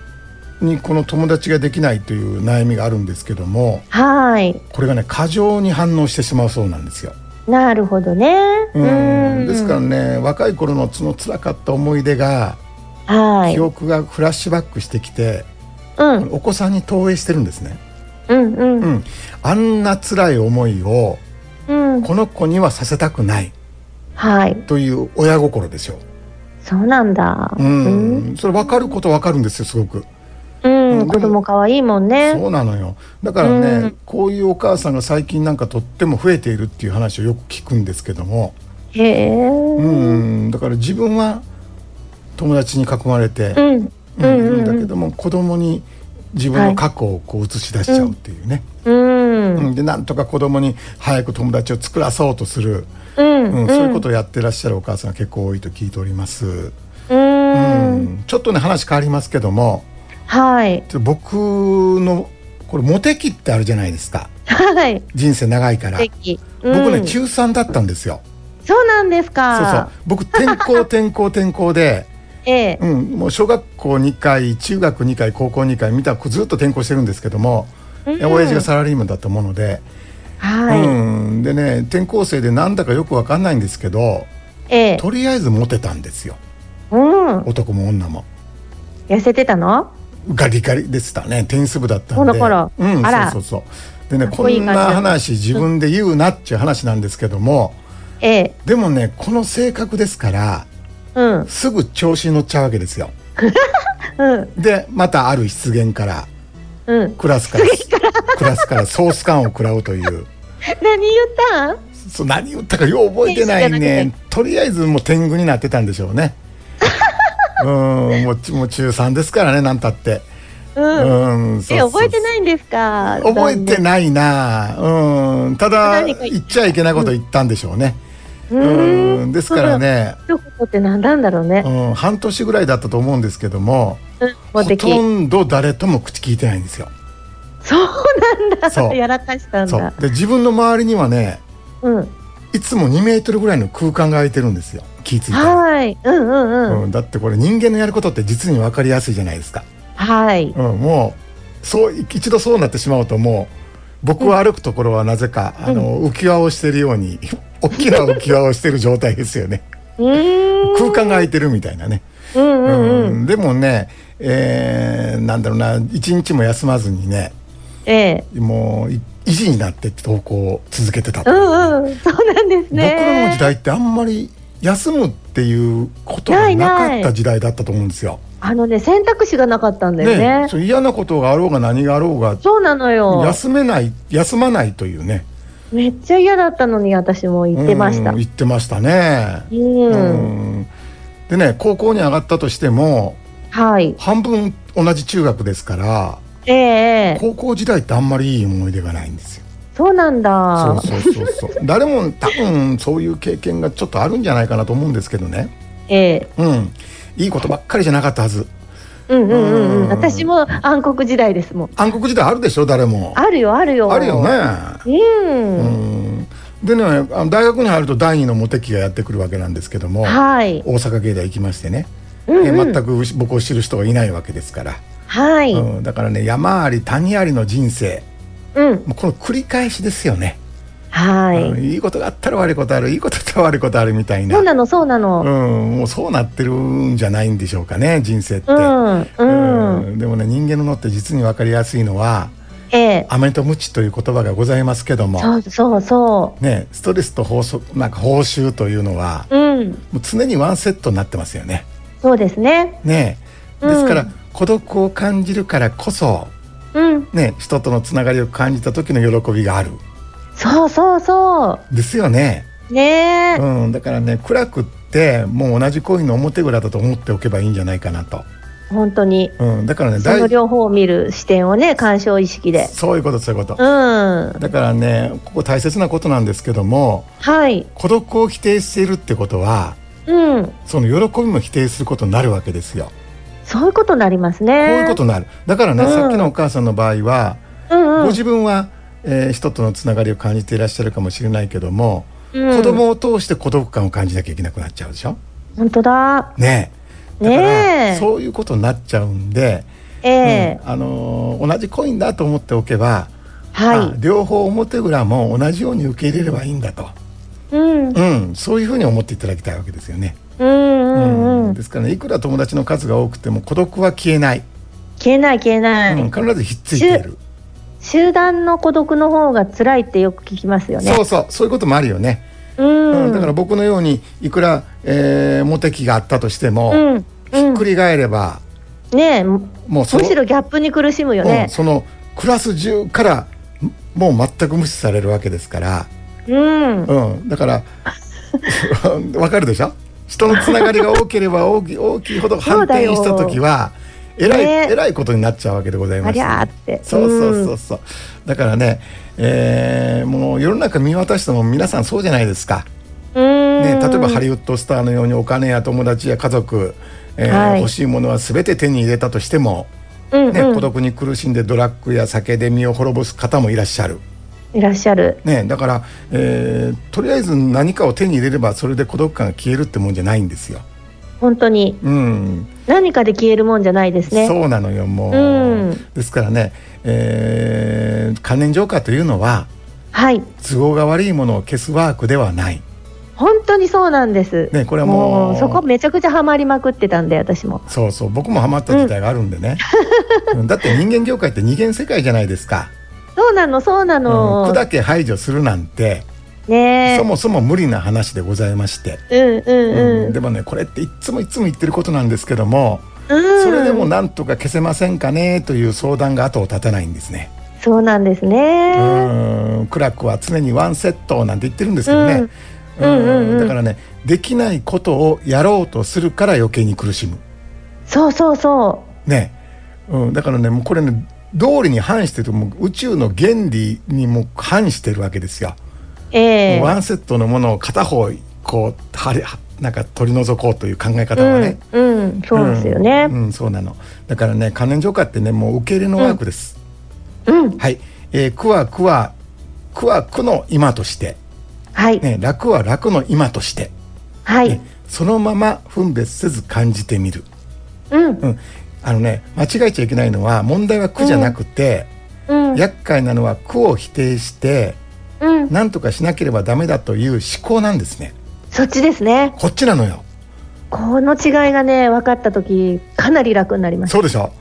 [SPEAKER 1] にこの友達ができないという悩みがあるんですけども
[SPEAKER 2] はい
[SPEAKER 1] これがね過剰に反応してしまうそうなんですよ。
[SPEAKER 2] なるほどね
[SPEAKER 1] うんですから
[SPEAKER 2] ら
[SPEAKER 1] ね若い頃のその辛かった思い出が
[SPEAKER 2] はい
[SPEAKER 1] 記憶がフラッシュバックしてきて、
[SPEAKER 2] うん
[SPEAKER 1] お子さんに投影してるんですね。
[SPEAKER 2] うんう
[SPEAKER 1] うんん、あんな辛い思いを
[SPEAKER 2] うん
[SPEAKER 1] この子にはさせたくない
[SPEAKER 2] はい
[SPEAKER 1] という親心でしょ
[SPEAKER 2] そうなんだ
[SPEAKER 1] う。うん、それ分かること分かるんですよすごく。
[SPEAKER 2] うん
[SPEAKER 1] うん
[SPEAKER 2] 子供可愛いもんね
[SPEAKER 1] そうなのよだからね、
[SPEAKER 2] うん
[SPEAKER 1] こういうお母さんが最近なんかとっても増えているっていう話をよく聞くんですけども、
[SPEAKER 2] へえ
[SPEAKER 1] う
[SPEAKER 2] うん
[SPEAKER 1] ん、だから自分は友達に囲まれて、
[SPEAKER 2] うんう
[SPEAKER 1] うん
[SPEAKER 2] ん
[SPEAKER 1] だ
[SPEAKER 2] う
[SPEAKER 1] け
[SPEAKER 2] ん
[SPEAKER 1] ども子供に自分の過去をこう映し出しちゃうっていうね、
[SPEAKER 2] うん
[SPEAKER 1] うん、でなんとか子供に早く友達を作らそうとする、
[SPEAKER 2] うん
[SPEAKER 1] うん
[SPEAKER 2] うん
[SPEAKER 1] そういうことをやってらっしゃるお母さんが結構多いと聞いております、
[SPEAKER 2] う
[SPEAKER 1] うんちょっとね話変わりますけども
[SPEAKER 2] はい
[SPEAKER 1] ちょっと僕のこれモテ期ってあるじゃないですか
[SPEAKER 2] はい
[SPEAKER 1] 人生長いから。
[SPEAKER 2] 素敵
[SPEAKER 1] 僕
[SPEAKER 2] う
[SPEAKER 1] ね
[SPEAKER 2] ん
[SPEAKER 1] 中3だったんですよ。
[SPEAKER 2] そうなんで
[SPEAKER 1] そう
[SPEAKER 2] す
[SPEAKER 1] そ
[SPEAKER 2] か
[SPEAKER 1] う。僕転
[SPEAKER 2] *laughs*
[SPEAKER 1] 校転校転校で、
[SPEAKER 2] ええ
[SPEAKER 1] うん、もう小学校2回中学2回高校2回見たずっと転校してるんですけども、
[SPEAKER 2] うん
[SPEAKER 1] 親父がサラリーマンだったもので、
[SPEAKER 2] はい、
[SPEAKER 1] うんでね転校生でなんだかよくわかんないんですけど
[SPEAKER 2] ええ
[SPEAKER 1] とりあえずモテたんですよ
[SPEAKER 2] うん
[SPEAKER 1] 男も女も。
[SPEAKER 2] 痩せてたの
[SPEAKER 1] ガリガリでしたねテニス部だったんで
[SPEAKER 2] この頃
[SPEAKER 1] うん
[SPEAKER 2] あら
[SPEAKER 1] そうそうそうでね
[SPEAKER 2] かっ
[SPEAKER 1] こ
[SPEAKER 2] こいい
[SPEAKER 1] ん
[SPEAKER 2] 感じだ
[SPEAKER 1] な
[SPEAKER 2] った
[SPEAKER 1] 話自分で言うなっていう話なんですけども
[SPEAKER 2] ええ
[SPEAKER 1] でもねこの性格ですから
[SPEAKER 2] うん
[SPEAKER 1] すぐ調子に乗っちゃうわけですよ
[SPEAKER 2] *laughs* うん
[SPEAKER 1] でまたある失言から
[SPEAKER 2] うん
[SPEAKER 1] クラスからクラスからソース感を食らうという
[SPEAKER 2] 何言ったん
[SPEAKER 1] そう何言ったかよう覚えてない
[SPEAKER 2] 天
[SPEAKER 1] ねとりあえずもう天狗になってたんでしょう
[SPEAKER 2] *laughs*
[SPEAKER 1] ねうんもうちもう中3ですからねなんたって
[SPEAKER 2] うん、
[SPEAKER 1] うん
[SPEAKER 2] え覚えて
[SPEAKER 1] い
[SPEAKER 2] ないんですか
[SPEAKER 1] 覚えてないなうんただ
[SPEAKER 2] 何か言った
[SPEAKER 1] 言っちゃいけないこと言ったんでしょうね
[SPEAKER 2] う
[SPEAKER 1] うん
[SPEAKER 2] ん
[SPEAKER 1] ですからね、
[SPEAKER 2] 一言って何なんだろうね
[SPEAKER 1] うん、半年ぐらいだったと思うんですけども
[SPEAKER 2] うん
[SPEAKER 1] ほ
[SPEAKER 2] モテ期
[SPEAKER 1] とんど誰とも口聞いてないんですよ
[SPEAKER 2] そうなんだ
[SPEAKER 1] そう
[SPEAKER 2] やらかしたん
[SPEAKER 1] そ
[SPEAKER 2] だ
[SPEAKER 1] うで自分の周りにはね
[SPEAKER 2] うん
[SPEAKER 1] いつも2メートルぐらいの空間が空いてるんですよ気ぃ付いたら、
[SPEAKER 2] はいうんうんうん
[SPEAKER 1] うん、だってこれ人間のやることって実に分かりやすいじゃないですか、
[SPEAKER 2] はい
[SPEAKER 1] うん、もうそう一度そうなってしまうともう僕は歩くところはなぜか、あの浮き輪をしてるように *laughs* 大きな浮き輪をしてる状態ですよね
[SPEAKER 2] うー
[SPEAKER 1] 空
[SPEAKER 2] ん
[SPEAKER 1] 間が空いてるみたいなね、
[SPEAKER 2] うんうんうん
[SPEAKER 1] うんでもね、えーなんだろうな一日も休まずにね
[SPEAKER 2] ええ
[SPEAKER 1] もうい維持になって投稿を続けてたと
[SPEAKER 2] う
[SPEAKER 1] いうん
[SPEAKER 2] うんそうなんです
[SPEAKER 1] 僕ら
[SPEAKER 2] ね
[SPEAKER 1] の時代ってあんまり休むっていうことがなかった時代だったと思うんですよ。
[SPEAKER 2] あのね選択肢がなかったんだよね
[SPEAKER 1] えそう嫌なことがあろうが何があろうが
[SPEAKER 2] そうなのよ
[SPEAKER 1] 休めない休まないというね
[SPEAKER 2] めっちゃ嫌だったのに私も言ってました
[SPEAKER 1] うん
[SPEAKER 2] う
[SPEAKER 1] 言ってましたね。
[SPEAKER 2] ん
[SPEAKER 1] うんでね高校に上がったとしても
[SPEAKER 2] はい
[SPEAKER 1] 半分同じ中学ですから
[SPEAKER 2] ええ
[SPEAKER 1] 高校時代ってあんまりいい思い出がないんですよ。
[SPEAKER 2] そうなん
[SPEAKER 1] そ
[SPEAKER 2] だ
[SPEAKER 1] うそうそうそう誰も多分そういう経験がちょっとあるんじゃないかなと思うんですけどね。
[SPEAKER 2] ええ
[SPEAKER 1] うん、いいことばっかりじゃなかったはず。
[SPEAKER 2] うんうんうん
[SPEAKER 1] う
[SPEAKER 2] うんん私も暗黒時代ですもん
[SPEAKER 1] 暗黒時代あるでしょ誰も
[SPEAKER 2] あるよあるよ
[SPEAKER 1] あるよね
[SPEAKER 2] うん
[SPEAKER 1] うんでねあの大学に入ると第二のモテ期がやってくるわけなんですけども大
[SPEAKER 2] はい
[SPEAKER 1] 阪芸大行きましてね、
[SPEAKER 2] うんうん
[SPEAKER 1] え全くうし僕を知る人がいないわけですから、
[SPEAKER 2] はいうん
[SPEAKER 1] うんだからね山あり谷ありの人生もうこの繰り返しですよね、
[SPEAKER 2] は
[SPEAKER 1] うんいいことがあったら悪いことあるいいことあったら悪いことあるみたい
[SPEAKER 2] い
[SPEAKER 1] な
[SPEAKER 2] そうなのそうなの
[SPEAKER 1] うん、もうそうなってるんじゃないんでしょうかね人生って、
[SPEAKER 2] うんうん
[SPEAKER 1] うんでもね人間の脳って実に分かりやすいのは
[SPEAKER 2] ええ
[SPEAKER 1] アメとムチという言葉がございますけども
[SPEAKER 2] そうそうそ
[SPEAKER 1] ね、ストレスと報酬なんか報酬というのは
[SPEAKER 2] ううん
[SPEAKER 1] もう常にワンセットになってますよね。
[SPEAKER 2] そうですね
[SPEAKER 1] ね
[SPEAKER 2] うん
[SPEAKER 1] ですから、孤独を感じるからこそ、
[SPEAKER 2] うん。
[SPEAKER 1] ね、人とのつながりを感じた時の喜びがある
[SPEAKER 2] そうそうそ
[SPEAKER 1] ですよね、
[SPEAKER 2] う。ねえ。
[SPEAKER 1] うん、だからね暗くってもう同じ恋の表裏だと思っておけばいいんじゃないかなと、
[SPEAKER 2] 本当に。
[SPEAKER 1] うん、だからね
[SPEAKER 2] そ
[SPEAKER 1] 大
[SPEAKER 2] の両方を見る視点をね、鑑賞意識で。
[SPEAKER 1] そういうことそういうこと、
[SPEAKER 2] うん。
[SPEAKER 1] だからねここ大切なことなんですけども
[SPEAKER 2] はい。
[SPEAKER 1] 孤独を否定しているってことは
[SPEAKER 2] うん。
[SPEAKER 1] その喜びも否定することになるわけですよ。
[SPEAKER 2] そういうことになりますね。
[SPEAKER 1] こういうことになる。だからね、
[SPEAKER 2] うん
[SPEAKER 1] さっきのお母さんの場合は、
[SPEAKER 2] うん
[SPEAKER 1] ご
[SPEAKER 2] うん。
[SPEAKER 1] 自分は、えー人とのつながりを感じていらっしゃるかもしれないけども、
[SPEAKER 2] うん
[SPEAKER 1] 子供を通して孤独感を感じなきゃいけなくなっちゃうでしょ。
[SPEAKER 2] 本当だ。
[SPEAKER 1] ねえ。だから、
[SPEAKER 2] ねえ
[SPEAKER 1] そういうことになっちゃうんで、
[SPEAKER 2] ええ
[SPEAKER 1] うんあのー同じコインだと思っておけば、あ
[SPEAKER 2] は
[SPEAKER 1] 両方表裏も同じように受け入れればいいんだと、
[SPEAKER 2] い。うん。
[SPEAKER 1] うん、そういうふうに思っていただきたいわけですよね。
[SPEAKER 2] うんうんう
[SPEAKER 1] うん
[SPEAKER 2] ん
[SPEAKER 1] で。すから、ね、いくら友達の数が多くても孤独は消えない、
[SPEAKER 2] 消えない消えない。
[SPEAKER 1] うん、必ずひっついている、
[SPEAKER 2] 集団の孤独の方が辛いってよく聞きますよね。
[SPEAKER 1] そうそうそういうこともあるよね、
[SPEAKER 2] う。ん。
[SPEAKER 1] うんだから僕のようにいくら、えーモテ期があったとしても、
[SPEAKER 2] うん。
[SPEAKER 1] ひっく
[SPEAKER 2] り。
[SPEAKER 1] り返れば
[SPEAKER 2] ねえ、む
[SPEAKER 1] もうそ
[SPEAKER 2] む
[SPEAKER 1] の
[SPEAKER 2] しろギャップに苦しむよ
[SPEAKER 1] う
[SPEAKER 2] ね
[SPEAKER 1] ん、。そのクラス中からもう全く無視されるわけですから、
[SPEAKER 2] うん。
[SPEAKER 1] うん、だから *laughs* わかるでしょ人のつながりが多ければ大き大きいほど反転した時はえらい、
[SPEAKER 2] ね
[SPEAKER 1] えらいことになっちゃうわけでございます
[SPEAKER 2] ありゃーって。
[SPEAKER 1] そうそうそううそう、だからね、えーもう世の中見渡しても皆さんそうじゃないですか、
[SPEAKER 2] ん。
[SPEAKER 1] ね、例えばハ
[SPEAKER 2] リ
[SPEAKER 1] リウッドスターのようにお金や友達や家族、えー
[SPEAKER 2] はい
[SPEAKER 1] 欲しいものは全て手に入れたとしても、
[SPEAKER 2] うん
[SPEAKER 1] ね孤
[SPEAKER 2] う
[SPEAKER 1] 独に苦しんでドラッグや酒で身を滅ぼす方もいらっしゃる、
[SPEAKER 2] ん。いらっしゃる。
[SPEAKER 1] ね、だから、えーとりあえず何かを手に入れればそれで孤独感が消えるってもんじゃないんですよ。
[SPEAKER 2] 本当に
[SPEAKER 1] うん
[SPEAKER 2] 何かで消えるもんじゃないですね。
[SPEAKER 1] そうなのよもう、
[SPEAKER 2] うん
[SPEAKER 1] ですからね、えー関連浄化というのは
[SPEAKER 2] はい。
[SPEAKER 1] 都合が悪いものを消すワークではない。
[SPEAKER 2] 本当にそうなんです。
[SPEAKER 1] ねこれはもう
[SPEAKER 2] そこめちゃくちゃハマりまくってたんで私も。
[SPEAKER 1] そうそう僕もハマった時代があるんで
[SPEAKER 2] *laughs*
[SPEAKER 1] ね、うんだって人間業界って二元世界じゃないですか、
[SPEAKER 2] そうなのそうな
[SPEAKER 1] うん、
[SPEAKER 2] の。
[SPEAKER 1] 砕け排除するなんて、
[SPEAKER 2] ねえ。
[SPEAKER 1] そもそも無理な話でございまして、
[SPEAKER 2] うんうん
[SPEAKER 1] う
[SPEAKER 2] うんん。
[SPEAKER 1] でもねこれっていっつもいっつも言ってることなんですけども、
[SPEAKER 2] うん
[SPEAKER 1] それでもなんとか消せませんかねという相談が後を絶たないんですね、
[SPEAKER 2] そうなんです
[SPEAKER 1] う
[SPEAKER 2] ね。
[SPEAKER 1] ん、苦楽は常にワンセットなんて言ってるんですけどね、
[SPEAKER 2] うんうんうんうん
[SPEAKER 1] だからねできないことをやろうとするから余計に苦しむ
[SPEAKER 2] そうそうそ
[SPEAKER 1] ね、うん、だからねもうこれね道理に反してるもう宇宙の原理にも反してるわけですよ。
[SPEAKER 2] う。ええ
[SPEAKER 1] ワンセットのものを片方こうはりはなんか取り除こうという考え方はね。
[SPEAKER 2] うん、うん、そうですよね
[SPEAKER 1] う。ん、うんそうなの。だからね関連浄化ってねもう受け入れのワークです。
[SPEAKER 2] うん、
[SPEAKER 1] はい、えー、苦は苦は苦は苦の今として、
[SPEAKER 2] はい、
[SPEAKER 1] ね楽は楽の今として、
[SPEAKER 2] はい、
[SPEAKER 1] ねそのまま分別せず感じてみる。
[SPEAKER 2] うん、
[SPEAKER 1] うん、あのね間違えちゃいけないのは問題は苦じゃなくて。
[SPEAKER 2] うん、
[SPEAKER 1] 厄介なのは苦を否定して
[SPEAKER 2] うん、
[SPEAKER 1] 何とかしなければダメだという思考なんですね
[SPEAKER 2] そっちですね。
[SPEAKER 1] こっちなのよ
[SPEAKER 2] この違いがね、分かった時、かなり楽になりまし
[SPEAKER 1] そうでしょ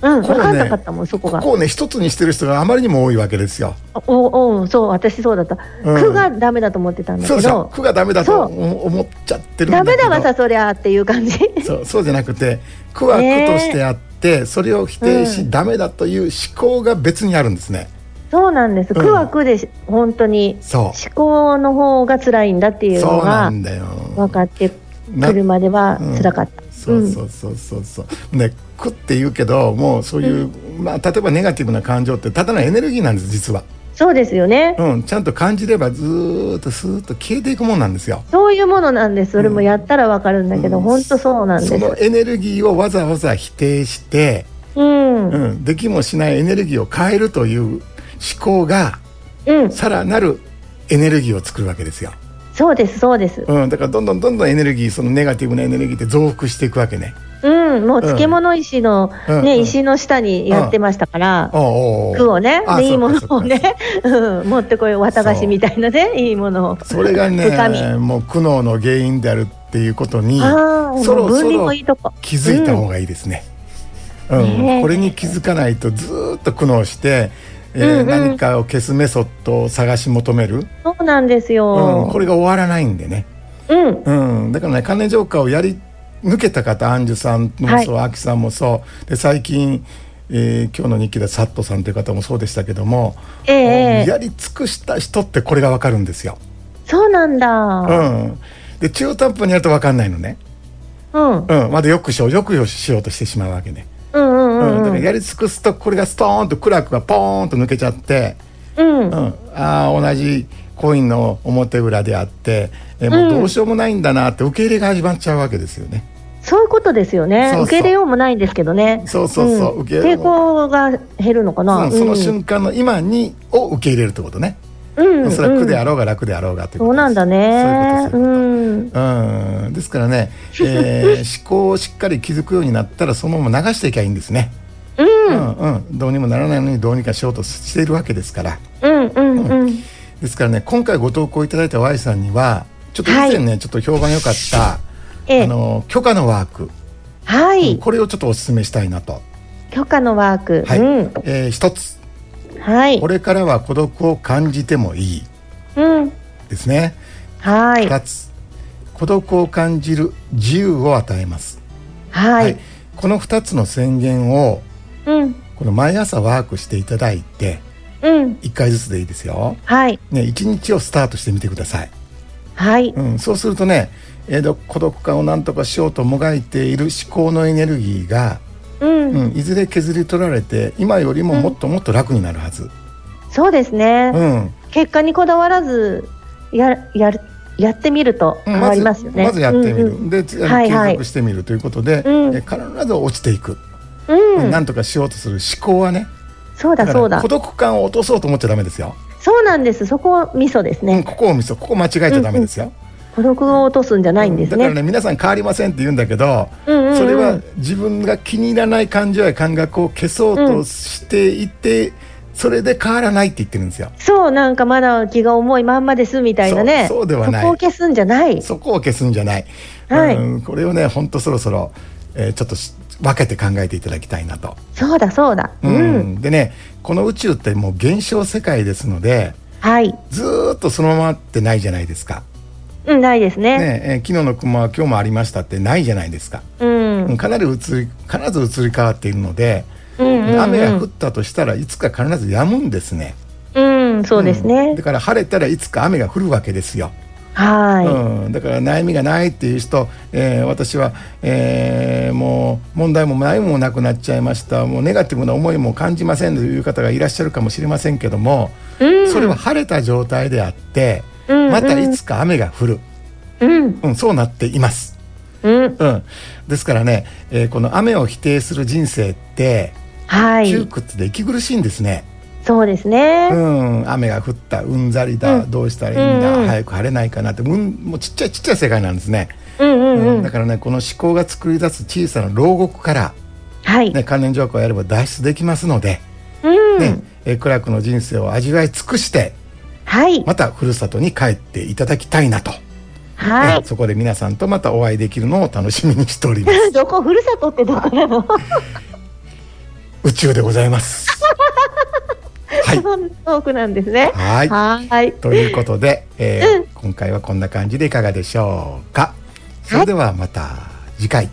[SPEAKER 2] た。うん、
[SPEAKER 1] ここ
[SPEAKER 2] 分
[SPEAKER 1] ね
[SPEAKER 2] かんなかったもん、そこ
[SPEAKER 1] こ
[SPEAKER 2] が。
[SPEAKER 1] こをね一つにしてる人があまりにも多いわけですよ
[SPEAKER 2] お、お、そう、私そうだった。
[SPEAKER 1] うん
[SPEAKER 2] 苦がダメだと思ってたんだ
[SPEAKER 1] そう
[SPEAKER 2] け
[SPEAKER 1] でしょ
[SPEAKER 2] ど。
[SPEAKER 1] 苦がダメだと
[SPEAKER 2] そ
[SPEAKER 1] 思思っちゃってるんだ
[SPEAKER 2] ダ
[SPEAKER 1] けど
[SPEAKER 2] メだわさそりゃっていう感じ。
[SPEAKER 1] そうそうじゃなくて苦は
[SPEAKER 2] ね
[SPEAKER 1] 苦
[SPEAKER 2] え
[SPEAKER 1] としてあって、それを否定し、
[SPEAKER 2] うん
[SPEAKER 1] ダメだという思考が別にあるんですね
[SPEAKER 2] そうなんです。苦は苦でし、本当に
[SPEAKER 1] そ
[SPEAKER 2] 思考の方が辛いんだって
[SPEAKER 1] う
[SPEAKER 2] いう
[SPEAKER 1] そ
[SPEAKER 2] の
[SPEAKER 1] うな
[SPEAKER 2] が
[SPEAKER 1] んだよ
[SPEAKER 2] 分かってくるまでは辛かった。
[SPEAKER 1] そうそうそうそうそうね苦って言うけどもうそういう、まあ例えばネガティブな感情ってただのエネルギーなんです実は
[SPEAKER 2] そうですよね。
[SPEAKER 1] うん、ちゃんと感じればずーっとスーッと消えていくもんなんですよ。
[SPEAKER 2] そういうものなんです。それもやったらわかるんだけど、
[SPEAKER 1] うん
[SPEAKER 2] 本当そうなん
[SPEAKER 1] そ
[SPEAKER 2] です。
[SPEAKER 1] のエネルギーをわざわざ否定して、
[SPEAKER 2] うん、う、
[SPEAKER 1] うんん、できもしないエネルギーを変えるという思考がさらなるエネルギーを作るわけですよ。
[SPEAKER 2] そうです、そうです。
[SPEAKER 1] うん、だからどんどんどんどんエネルギーそのネガティブなエネルギーって増幅していくわけね。
[SPEAKER 2] うん、もう漬物石の、
[SPEAKER 1] うんうん
[SPEAKER 2] ね、石の下にやってましたから。
[SPEAKER 1] おうおうおう
[SPEAKER 2] 具をね、
[SPEAKER 1] あ
[SPEAKER 2] でいいもの
[SPEAKER 1] そっか
[SPEAKER 2] を
[SPEAKER 1] そっか
[SPEAKER 2] ね、 *laughs* うん、持ってこい、綿菓子みたいなね、いいものを。
[SPEAKER 1] それが
[SPEAKER 2] 深み
[SPEAKER 1] ねもう苦悩の原因であるっていうことに
[SPEAKER 2] ああ、
[SPEAKER 1] そろ
[SPEAKER 2] もう
[SPEAKER 1] そ
[SPEAKER 2] 分離
[SPEAKER 1] ろ
[SPEAKER 2] もいいとこ。
[SPEAKER 1] 気づいた方がいいですね。うん
[SPEAKER 2] ねえ
[SPEAKER 1] これに気づかないとずーっと苦悩して、えー
[SPEAKER 2] うんうん
[SPEAKER 1] 何かを消すメソッドを探し求める、
[SPEAKER 2] そうなんです
[SPEAKER 1] うん、
[SPEAKER 2] よ
[SPEAKER 1] こ。れが終わらないんでね、
[SPEAKER 2] うん、
[SPEAKER 1] うん、だからね関連浄化をやり抜けた方アンジュさんもそう、アキさんもそうで最近、えー今日の日記でサットさんという方もそうでしたけども、
[SPEAKER 2] ええ
[SPEAKER 1] もうやり尽くした人ってこれがわかるんですよ。
[SPEAKER 2] そうなん
[SPEAKER 1] う
[SPEAKER 2] だ。
[SPEAKER 1] ん、で中途半端にやるとわかんないのね、
[SPEAKER 2] うん。うん
[SPEAKER 1] うん、まだよくしようよくよしようとしてしまうわけね。
[SPEAKER 2] うん
[SPEAKER 1] うんだ
[SPEAKER 2] う
[SPEAKER 1] から
[SPEAKER 2] ん
[SPEAKER 1] やり尽くすとこれがストーンとクラークがポーンと抜けちゃって。
[SPEAKER 2] うん。
[SPEAKER 1] う
[SPEAKER 2] うん。
[SPEAKER 1] ん、ああ同じコインの表裏であって、えーもうどうしようもないんだなって受け入れが始まっちゃうわけですよね。
[SPEAKER 2] そういうことですよね。
[SPEAKER 1] そうそう
[SPEAKER 2] 受け入れようもないんですけどね。
[SPEAKER 1] そうそうそうん受け入れよう
[SPEAKER 2] 抵抗が減るのかな。
[SPEAKER 1] うんその
[SPEAKER 2] うん
[SPEAKER 1] 瞬間の今にを受け入れるってことね。
[SPEAKER 2] うん、
[SPEAKER 1] それは苦で
[SPEAKER 2] うん
[SPEAKER 1] あろうが楽であろうがという
[SPEAKER 2] そ
[SPEAKER 1] こと
[SPEAKER 2] うなんだね。
[SPEAKER 1] そういうことそういうこと
[SPEAKER 2] ん。
[SPEAKER 1] うん、ですから
[SPEAKER 2] *laughs*
[SPEAKER 1] ね、えー思考をしっかり気づくようになったらそのまま流していきゃいいんですね。うんうん、どうにもならないのにどうにかしようとしているわけですから
[SPEAKER 2] うんうんうん。
[SPEAKER 1] ですからね今回ご投稿いただいた Y さんにはちょっと以前ね、ちょっと評判良かった、
[SPEAKER 2] ええ
[SPEAKER 1] あの許可のワーク
[SPEAKER 2] はい。
[SPEAKER 1] これをちょっとお勧めしたいなと。
[SPEAKER 2] 許可のワーク。
[SPEAKER 1] はい、
[SPEAKER 2] うん。
[SPEAKER 1] えー一つ
[SPEAKER 2] はい
[SPEAKER 1] こ。れからは孤独を感じてもいい
[SPEAKER 2] うん。
[SPEAKER 1] ですね。
[SPEAKER 2] はい。
[SPEAKER 1] 二つ孤独を感じる自由を与えます。
[SPEAKER 2] は。
[SPEAKER 1] はいこの二つの宣言を
[SPEAKER 2] うん。
[SPEAKER 1] この毎朝ワークしていただいて
[SPEAKER 2] うん。
[SPEAKER 1] 一回ずつでいいですよ。
[SPEAKER 2] はい。
[SPEAKER 1] ね一日をスタートしてみてください。
[SPEAKER 2] はい。
[SPEAKER 1] うんそうするとね、えーと孤独感をなんとかしようともがいている思考のエネルギーが、
[SPEAKER 2] うん。
[SPEAKER 1] うん、いずれ削り取られて今よりももっともっと楽になるはず。
[SPEAKER 2] そうですね。
[SPEAKER 1] うん。
[SPEAKER 2] 結果にこだわらず、や、やる、やってみると
[SPEAKER 1] うん
[SPEAKER 2] 変わりますよね。
[SPEAKER 1] まずまずやってみる、
[SPEAKER 2] うん
[SPEAKER 1] でつあの
[SPEAKER 2] はいはい
[SPEAKER 1] 継続してみるということで、
[SPEAKER 2] うん
[SPEAKER 1] え必ず落ちていく、
[SPEAKER 2] うん。うん
[SPEAKER 1] なんとかしようとする思考はね
[SPEAKER 2] そうだ
[SPEAKER 1] から
[SPEAKER 2] そうだ
[SPEAKER 1] 孤。独感を落とそうと思っちゃダメですよ、
[SPEAKER 2] そうなんです。そこミソです
[SPEAKER 1] うん、
[SPEAKER 2] ね。
[SPEAKER 1] ここを見せここ間違えちゃダメですよ、
[SPEAKER 2] 孤独を落とすんじゃないんです
[SPEAKER 1] だから
[SPEAKER 2] ね。
[SPEAKER 1] ね皆さん変わりませんって言うんだけど、
[SPEAKER 2] うんうんうん
[SPEAKER 1] それは自分が気に入らない感情や感覚を消そうとしていて、それで変わらないって言ってるんですよ
[SPEAKER 2] そう、なんかまだ気が重いまんまですみたいなね。
[SPEAKER 1] そうそうではない
[SPEAKER 2] そこを消すんじゃない。
[SPEAKER 1] そこを消すんじゃない、
[SPEAKER 2] はい
[SPEAKER 1] うんこれをねほんとそろそろ、えーちょっとし分けて考えていただきたいなと
[SPEAKER 2] そうだそうだ。う。
[SPEAKER 1] うんん、でねこの宇宙ってもう現象世界ですので
[SPEAKER 2] はい。
[SPEAKER 1] ずーっとそのままってないじゃないですか、
[SPEAKER 2] うん、ないですね。
[SPEAKER 1] ねえー昨日の雲は今日もありましたってないじゃないですか、
[SPEAKER 2] うん。
[SPEAKER 1] うん、かなり移り必ず移り変わっているので、
[SPEAKER 2] うんうんうん
[SPEAKER 1] 雨が降ったとしたらいつか必ず止むんですね
[SPEAKER 2] うん、そうです
[SPEAKER 1] うん
[SPEAKER 2] ね
[SPEAKER 1] だ。から晴れたらいつか雨が降るわけですよ、
[SPEAKER 2] は
[SPEAKER 1] うん、だから悩みがないっていう人、えー私は、えーもう問題も悩みもなくなっちゃいましたもうネガティブな思いも感じませんという方がいらっしゃるかもしれませんけども、それは晴れた状態であって、
[SPEAKER 2] うん
[SPEAKER 1] またいつか雨が降る、
[SPEAKER 2] い。うん。
[SPEAKER 1] うん、そうなっています、
[SPEAKER 2] うん。
[SPEAKER 1] うん、ですからね、えーこの雨を否定する人生って
[SPEAKER 2] は
[SPEAKER 1] 窮
[SPEAKER 2] い。
[SPEAKER 1] 屈で息苦しいんですね、
[SPEAKER 2] そうですね。
[SPEAKER 1] うん、雨が降ったうんざりだ、どうしたらいいんだ、
[SPEAKER 2] うんうん
[SPEAKER 1] 早く晴れないかなって、うん、もうちっちゃいちっちゃい世界なんですね。
[SPEAKER 2] うんうんうん。
[SPEAKER 1] だからねこの思考が作り出す小さな牢獄から、
[SPEAKER 2] はい。
[SPEAKER 1] ね、関連条項をやれば脱出できますので、
[SPEAKER 2] うん。
[SPEAKER 1] ねえークラークの人生を味わい尽くして
[SPEAKER 2] はい。
[SPEAKER 1] またふるさとに帰っていただきたいなと、
[SPEAKER 2] は
[SPEAKER 1] ねそこで皆さんとまたお会いできるのを楽しみにしてお
[SPEAKER 2] *laughs*
[SPEAKER 1] ります
[SPEAKER 2] い。どこ、ふるさとってどこなの
[SPEAKER 1] 宇宙でございますはい
[SPEAKER 2] そんな遠くなんですね。
[SPEAKER 1] はい
[SPEAKER 2] はい。
[SPEAKER 1] ということで、えー今回はこんな感じでいかがでしょうかそれではまた次回